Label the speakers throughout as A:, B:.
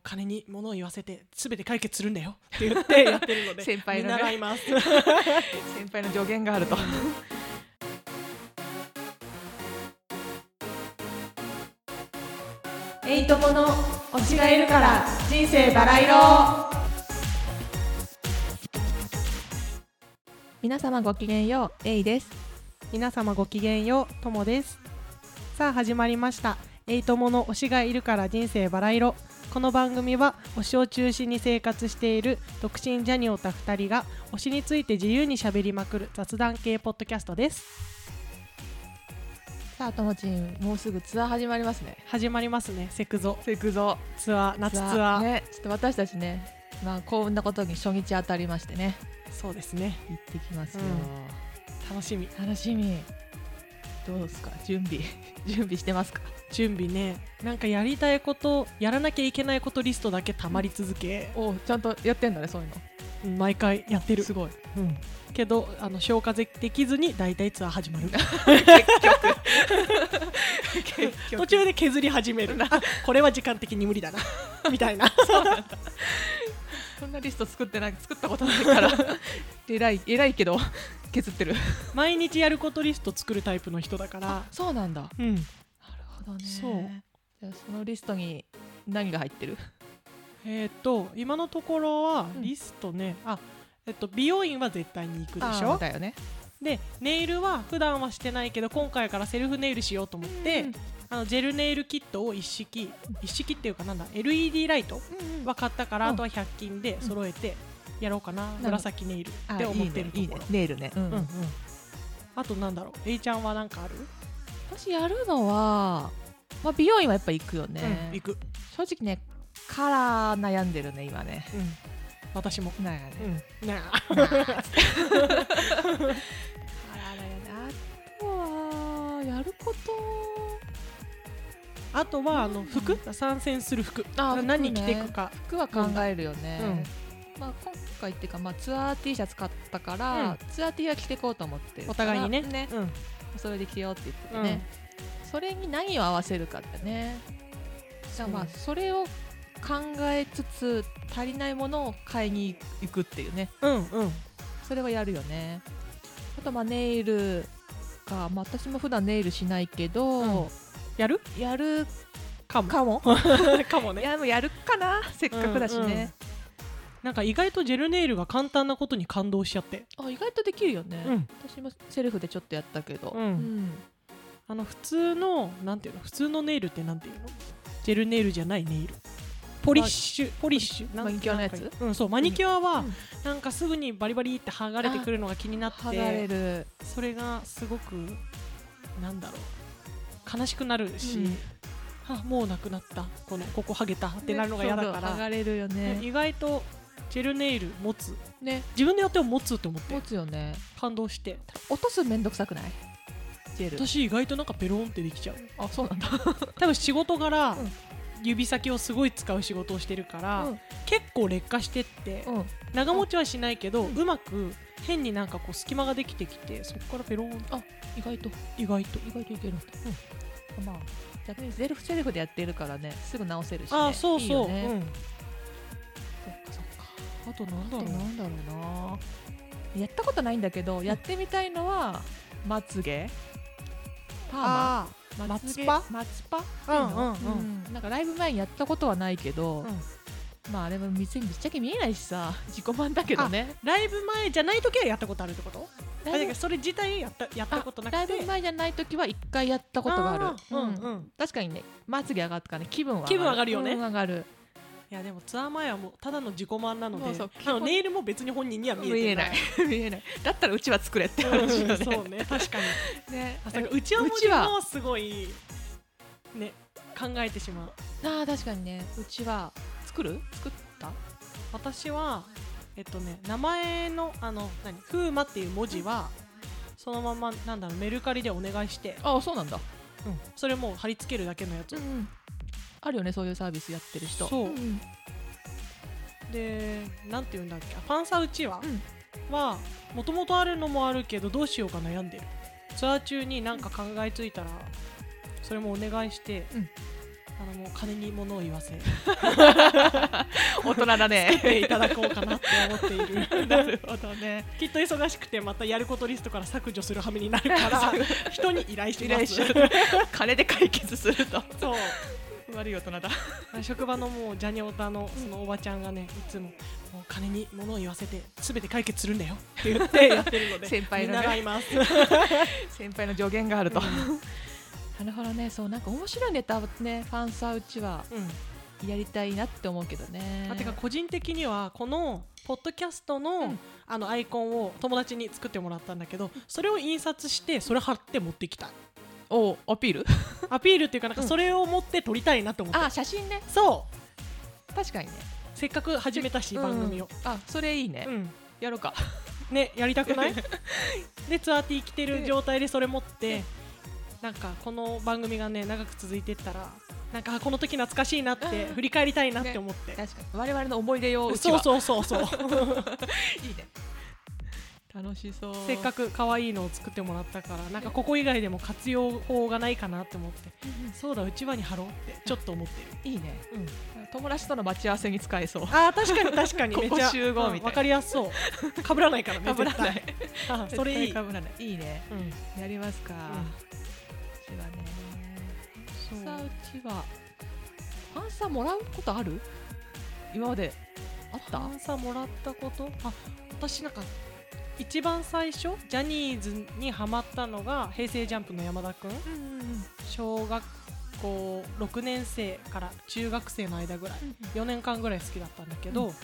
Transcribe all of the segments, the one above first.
A: 金に物を言わせて全て解決するん だよって言ってやってるので
B: 先輩のね
A: 見習います
B: 先輩の助言があると。
C: エイトモの推しがいるから人生バラ色
B: 皆様ごきげんよう、えいです。
A: 皆様ごきげんようともですさあ始まりましたエイトモの推しがいるから人生バラ色この番組は推しを中心に生活している独身ジャニオタ2人が推しについて自由にしゃべりまくる 雑談系ポッドキャストです
B: さあ、ともちん、もうすぐツアー始まりますね。
A: 始まりますねセクゾ
B: セクゾ
A: ツアー夏ツアー
B: ね、ちょっと私たちね、まあ幸運なことに初日当たりましてね、
A: そうですね
B: 行ってきますよ。
A: 楽しみ
B: 楽しみ。どうですか、準備、 準備してますか。
A: 準備ねなんかやりたいことやらなきゃいけないことリストだけたまり続け、
B: お、ちゃんとやってんだね、そういうの。
A: 毎回やってる
B: すごい。
A: うんけどあの消化できずに大体ツアー始まる途中で削り始めるなこれは時間的に無理 だなみたいな
B: そんなリスト作ってない、作ったことない から。偉い、偉いけど、削ってる。
A: 毎日やることリスト作るタイプの人だから
B: そうなんだ。
A: うん
B: なるほどね。
A: そう
B: じゃあそのリストに何が入ってる？
A: えっ、と今のところは
B: うん
A: リストね、あえっと美容院は絶対に行くでし
B: あー
A: ょ
B: だよね。
A: でネイルは普段はしてないけど今回からセルフネイルしようと思って、
B: うん
A: あのジェルネイルキットを一式一式っていうかなんだ LED ライトは買ったから、
B: うん
A: あとは100均で揃えてやろうかな、
B: ほど
A: 紫ネイル
B: あ
A: って思ってると
B: いい
A: こ
B: ねいい
A: ろ
B: ねネイルね。うん
A: うんうんあとなんだろう A ちゃんはなんかある、
B: 私やるのは、まあ美容院はやっぱ行くよね。
A: うん行く、
B: 正直ねカラー悩んでるね今ね。
A: うん、私も、
B: なんかね。
A: うん、なあ
B: カラーだよね。あとはやること。
A: あとはあの
B: うん
A: 服、参戦する服
B: あー
A: 何
B: 服
A: 着
B: ね
A: ていくか、
B: 服は考えるよね。まあ、今回っていうか、まあ、ツアー T シャツ買ったから、
A: うん
B: ツアー T は着てこうと思ってる
A: お互いにね
B: からね
A: うん
B: それで着ようって言っててね、それに何を合わせるかってねじゃあまあそれを考えつつ足りないものを買いに行くっていうね
A: うんうん
B: それはやるよねあとまあネイルが、まあ、私も普段ネイルしないけど、
A: うや る
B: やる
A: かも
B: かも
A: かもね
B: いやもうやるかなせっかくだしね、
A: なんか意外とジェルネイルが簡単なことに感動しちゃって、
B: あ意外とできるよね、
A: ん、
B: 私もセルフでちょっとやったけど、
A: うん
B: ん
A: あの普通のなんていうの普通のネイルってなんていうのジェルネイルじゃないネイルポリッシュポリッシュなん
B: マニキュアのやつ
A: なんかうんそうマニキュアは
B: うん
A: なんかすぐにバリバリって剥がれてくるのが気になっ
B: 剥がれ
A: て
B: る
A: それがすごくなんだろう悲しくなるし、
B: うん
A: あもうなくなったこのここ剥げたってなるのが嫌だか
B: そうそう剥
A: ら、
B: がれるよね
A: 意外とジェルネイル持つ
B: ね
A: 自分でやっても持つって思って
B: 持つよね
A: 感動して
B: 落とすめんどくさくないジェル
A: 私意外となんかペロンってできちゃう
B: あそうなんだ
A: 多分仕事柄、
B: うん
A: 指先をすごい使う仕事をしてるから、結構劣化してって、
B: うん、うん、
A: 長持ちはしないけど、うまく変になんかこう隙間ができてきてそこからペロン
B: 意外と
A: 意外と、
B: 意外といけるんだ、うん、まあ逆にセルフセルフでやってるからねすぐ直せるし、ね、
A: ああそうそう
B: いいよね
A: うん、
B: そっかそっか
A: あとなんだ
B: あ
A: ろ
B: と
A: う
B: なんだろうなやったことないんだけど、やってみたいのはまつげパーマ
A: あーまつ
B: げ
A: パ
B: まつパ
A: うんうんうん
B: うん、なんかライブ前にやったことはないけど、
A: うん
B: まああれも別にぶっちゃけ見えないしさ 自己満だけどね
A: ライブ前じゃない時はやったことあるってことあ
B: ラ
A: だ
B: イブ
A: からそれ自体やったやったことなくて
B: あライブ前じゃない時は一回やったことがある
A: あーうんうん
B: 確かにねまつげ上がったからね気分は
A: 気分上がるよね
B: うん上がる
A: いやでもツアー前はもうただの自己満なの
B: も
A: で
B: うそう
A: あのネイルも別に本人には見えてない
B: 見えない だったらうちは作れって
A: うん
B: 話よね,、
A: そうね確かに
B: ね
A: あそうかうちはも
B: うちは
A: もすごいね考えてしまう
B: あー確かにねうちは作る作った
A: 私はえっとね名前のあの何風磨っていう文字はそのままなんだろうメルカリでお願いして、
B: ああそうなんだ
A: うんそれもう貼り付けるだけのやつ、
B: んあるよねそういうサービスやってる人
A: そうんでなんて言うんだっけあパンサーうちわ
B: うん
A: はもともとあるのもあるけどどうしようか悩んでるツアー中になんか考えついたらそれもお願いして、
B: うん
A: あのもう金に物を言わせ
B: 大人 だね。
A: ていただこうかなって思っている
B: なるほどね。
A: きっと忙しくてまたやることリストから削除するはめになるから 人に依頼し
B: 依
A: ま
B: 頼
A: す
B: しちゃう金で解決すると。
A: そう
B: 悪い大人だ。
A: 職場のもうジャニオタのそのおばちゃんがねいつももう金に物を言わせてすべて解決するんだよって言 ってやってるので
B: 先輩のね
A: 見習います
B: 先輩の助言があると。なるほどね。そうなんか面白いネタをねファンサーうちは
A: う
B: やりたいなって思うけどね。
A: ん、あてか個人的にはこのポッドキャストの,、
B: ん
A: あのアイコンを友達に作ってもらったんだけどそれを印刷してそれ貼って持ってきた
B: おアピール？
A: アピールっていうかなんか
B: うん
A: それを持って撮りたいなと思って、
B: あ写真ね。
A: そう
B: 確かにね。
A: せっかく始めたし番組を、
B: うん。あそれいいね
A: う。ん
B: やろうか。
A: ねやりたくない でツアーティー着てる状態でそれ持ってなんかこの番組がね長く続いてったらなんかあこの時懐かしいなって
B: うん
A: 振り返りたいなって思って、
B: 確かに 我々の思い出用うち
A: そう
B: は
A: そうそうそう
B: いいね楽しそう
A: せっかく
B: く
A: 可愛いのを作ってもらったからなんかここ以外でも活用法がないかなって思ってそうだうちわに貼ろうってちょっと思って
B: いいね
A: る、うん、
B: 友達との待ち合わせに使え そう
A: あー確かに確か に
B: こ
A: めっ
B: こ
A: ちゃ
B: 集合みたいな
A: うんわかりやすそうかぶらないからね
B: 被らない
A: 絶 対あーそれいい、
B: 絶対被らないいいね
A: うん
B: やりますか、うちはね
A: そう
B: さあうちはファンサもらうことある今まであった
A: アンサーもらったことあ私なんか一番最初ジャニーズにハマったのが平成ジャンプの山田くん
B: うんうんうん
A: 小学校6年生から中学生の間ぐらい4年間ぐらい好きだったんだけど、
B: うん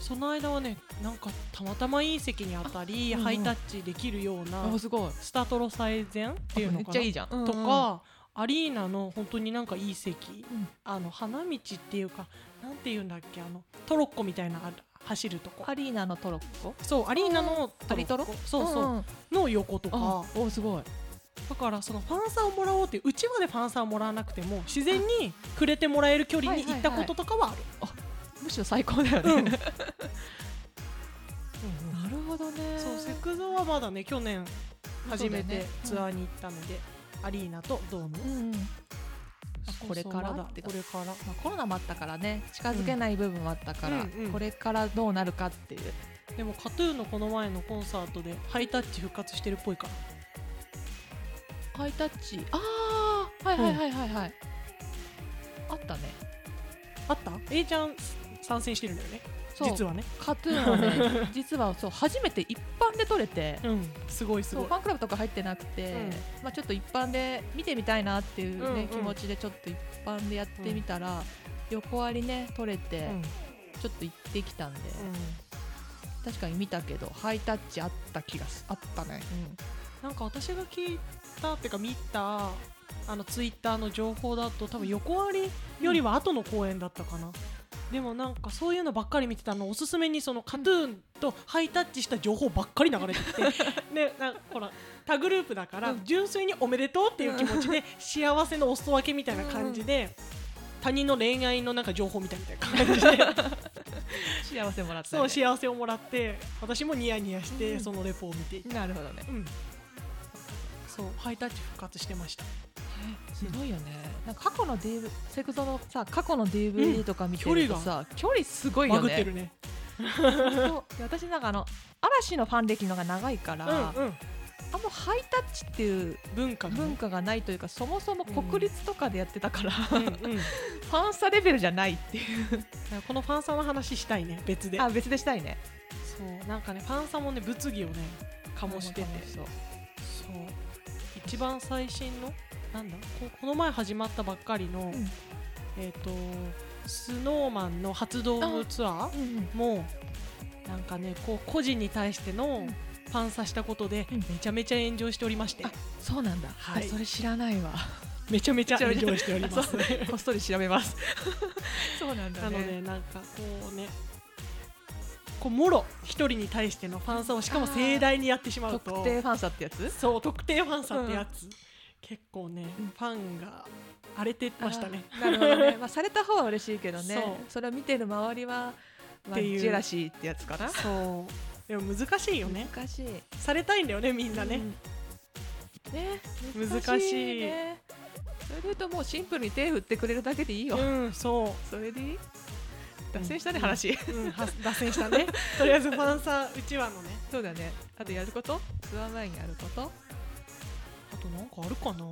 A: その間はねなんかたまたまいい席に当たり、
B: あうんうん
A: ハイタッチできるような
B: あすごい
A: スタトロ最善っていう
B: め
A: の
B: っ
A: か
B: ちゃ
A: ない
B: いじゃん
A: とか、アリーナの本当になんかいい席、
B: ん
A: あの花道っていうかなんていうんだっけあのトロッコみたいなある走るとこ
B: アリーナのトロッコ
A: そうアリーナの
B: アリトロ
A: そうそう、
B: んん
A: の横とか
B: あおすごい
A: だからそのファンサーをもらおうってうちわでファンサーをもらわなくても自然に触れてもらえる距離に行ったこととかはある、
B: むしろ最高だよね、
A: うん
B: なるほどね
A: そうセクゾはまだね去年初め
B: そうだよ
A: て
B: ねうん
A: ツアーに行ったので、アリーナとドーム、
B: うんうん
A: そうそう
B: これから
A: まだ
B: ってか
A: これから
B: まあ、コロナもあったからね近づけない部分もあったから、
A: うんうんうん
B: これからどうなるかっていう
A: でもカトゥーのこの前のコンサートでハイタッチ復活してるっぽいから
B: ハイタッチああはいはいはいはいはい、あったね
A: あった A ちゃん参戦してるんだよね
B: そう
A: 実はね
B: カトゥーンは ね実はそう初めて一般で撮れて、
A: うんすごいす
B: そ
A: ご
B: う
A: い
B: ファンクラブとか入ってなくて、
A: うん
B: まあ、ちょっと一般で見てみたいなっていう、ね
A: うんうん
B: 気持ちでちょっと一般でやってみたら、横割りね撮れて、
A: うんうん
B: ちょっと行ってきたんで、確かに見たけどハイタッチあった気がすあったね、
A: なんか私が聞いたっていうか見たあのツイッターの情報だと多分横割りよりは後の公演だったかな、でもなんかそういうのばっかり見てたのおすすめにそのカトゥーンとハイタッチした情報ばっかり流れて きてでなんかほら他グループだから
B: うん
A: 純粋におめでとうっていう気持ちで幸せのお裾分けみたいな感じで他人の恋愛のなんか情報みたいな感じで
B: 幸せもらった、ね、
A: そう幸せをもらって私もニヤニヤし
B: う
A: て
B: ん
A: そのレポを見ていた、
B: なるほどね
A: うん、そうハイタッチ復活してました
B: すごいよね。なんか過去の DV セクゾのさ過去の DVD とか見てるとさ、距離すごい
A: バ
B: よ
A: グって
B: ね。
A: るね。
B: そう私なんかあの嵐のファン歴の方が長いから、あん
A: うんうん。
B: まハイタッチっていう
A: 文化がね
B: 文化がないというかそもそも国立とかでやってたから、
A: うん
B: フ
A: うん。だか
B: ァンサレベルじゃないっていう。
A: らこのファンサの話したいね別で。
B: あ別でしたいね。
A: そうなんかねファンサもね物議をね醸してて。
B: そう
A: そう。一番最新のなんだここの前始まったばっかりの、
B: ん
A: えっ、とスノーマンの初ドームツア
B: うんうん
A: ーもなんかねこう個人に対して
B: う
A: の
B: ん
A: ファンサしたことで、
B: うん
A: めちゃめちゃ炎上しておりまして
B: あそうなんだ。
A: はい
B: あそれ知らないわ。
A: めちゃめちゃ炎
B: めちゃめ
A: 上しており
B: そ
A: ま
B: う
A: す。
B: こっそり調べます。 そうなんだ
A: な
B: ね。
A: のでなんかこうねこうもろ一人に対してのファンサをしかも盛大にやってしまうと
B: 特定ファンサってやつ？
A: そう特定ファンサってやつ、結構ね、
B: うん
A: ファンが荒れてましたね
B: あー。なるほどね。まあされた方は嬉しいけどね。
A: そう
B: それを見てる周りは、ま
A: っ
B: あ、
A: て
B: ジ
A: いう
B: ェラシーってやつかな。
A: そうでも難しいよね
B: 難しい。
A: されたいんだよねみんなね、
B: うんね
A: 難しい
B: ね。それで言うともうシンプルに手振ってくれるだけでいいよ、
A: うんそ
B: それでいい脱線したね話、
A: う、うん、は脱線したね とりあえずファンサーうちわのね
B: そうだねあとやることツアー前にやること
A: あとなんかあるかな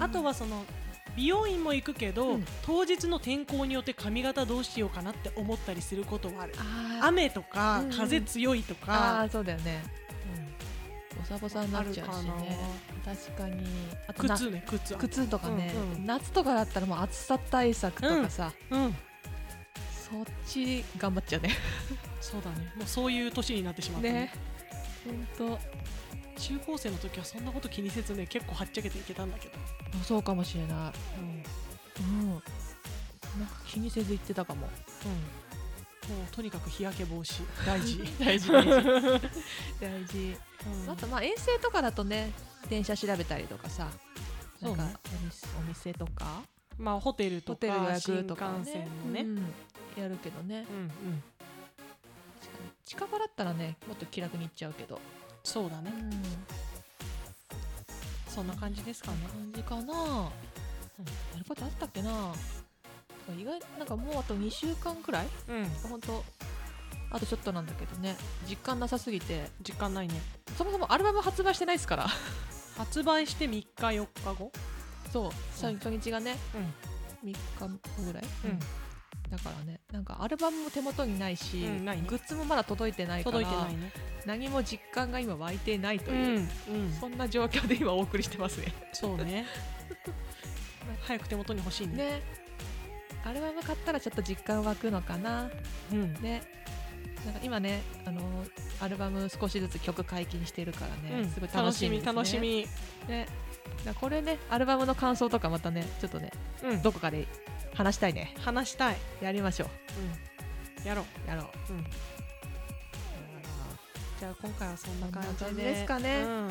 A: ああとはその美容院も行くけど、
B: うん
A: 当日の天候によって髪型どうしようかなって思ったりすることはある
B: あー
A: 雨とか、
B: うんうん
A: 風強いと
B: あ
A: か、
B: ーそうだよねボサボサにな
A: あ
B: っ
A: る
B: ちゃ
A: か
B: う
A: な
B: しね確かにあとな
A: 靴ね靴
B: 靴とかね、
A: うんうん
B: 夏とかだったらもう暑さ対策とかさ、
A: うん
B: そっち頑張っちゃうね
A: そうだねもうそういう年になってしまったね
B: ね本
A: 中高生の時はそんなこと気にせずね結構はっちゃけていけたんだけど、
B: 当そうかもしれないうんなんか気にせず言ってたかも
A: もうとにかく日焼け防止大事
B: 大事大事大事
A: うん
B: あとまあ遠征とかだとね電車調べたりとかさな
A: そ
B: んか
A: うね
B: お店お店とか
A: まあホテルと
B: ホテル予
A: か
B: 約とか、
A: 新
B: ね、
A: 幹線のね、
B: うんやるけどね
A: うんうん
B: 確かに近場だったらねもっと気楽に行っちゃうけど、
A: そうだね
B: ん、
A: そんな感じですかね
B: 感じかな、やることあったっけな意外なんかもうあと2週間くらい
A: うん
B: 本当あとちょっとなんだけどね実感なさすぎて
A: 時間ないね
B: そもそもアルバム発売してないです から
A: 発売して3日4日後
B: そう初初日がね
A: うん
B: 3日後ぐらい、だからねなんかアルバムも手元にないし、
A: うんないね
B: グッズもまだ届いてないから
A: 届いてないね
B: 何も実感が今湧いてないと
A: う
B: いう、
A: うん
B: そんな状況で今お送りしてますね。
A: そう ね早く手元に欲しいね
B: ねアルバム買ったらちょっと実感湧くのかな
A: うん
B: ねなんか今ねあのアルバム少しずつ曲解禁してるからね、
A: うん
B: すごい楽しみです、ね、
A: 楽しみ
B: ねだからこれねアルバムの感想とかまたねちょっとね
A: 楽しみうん
B: どこかで話したいね
A: 話したい
B: やりましょ
A: うんやろう
B: うやろう
A: うんじゃあ今回はそんな感
B: こんな感
A: じで
B: じですか
A: うん
B: ね
A: うん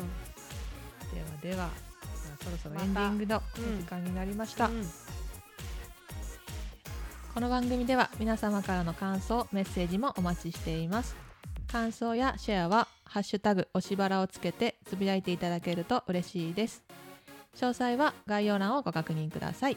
B: ではではまあそろそろ
A: また
B: エンディングの
A: うん
B: 時間になりました、この番組では皆様からの感想メッセージもお待ちしています感想やシェアは「ハッシュタグおしばら」をつけてつぶやいていただけると嬉しいです詳細は概要欄をご確認ください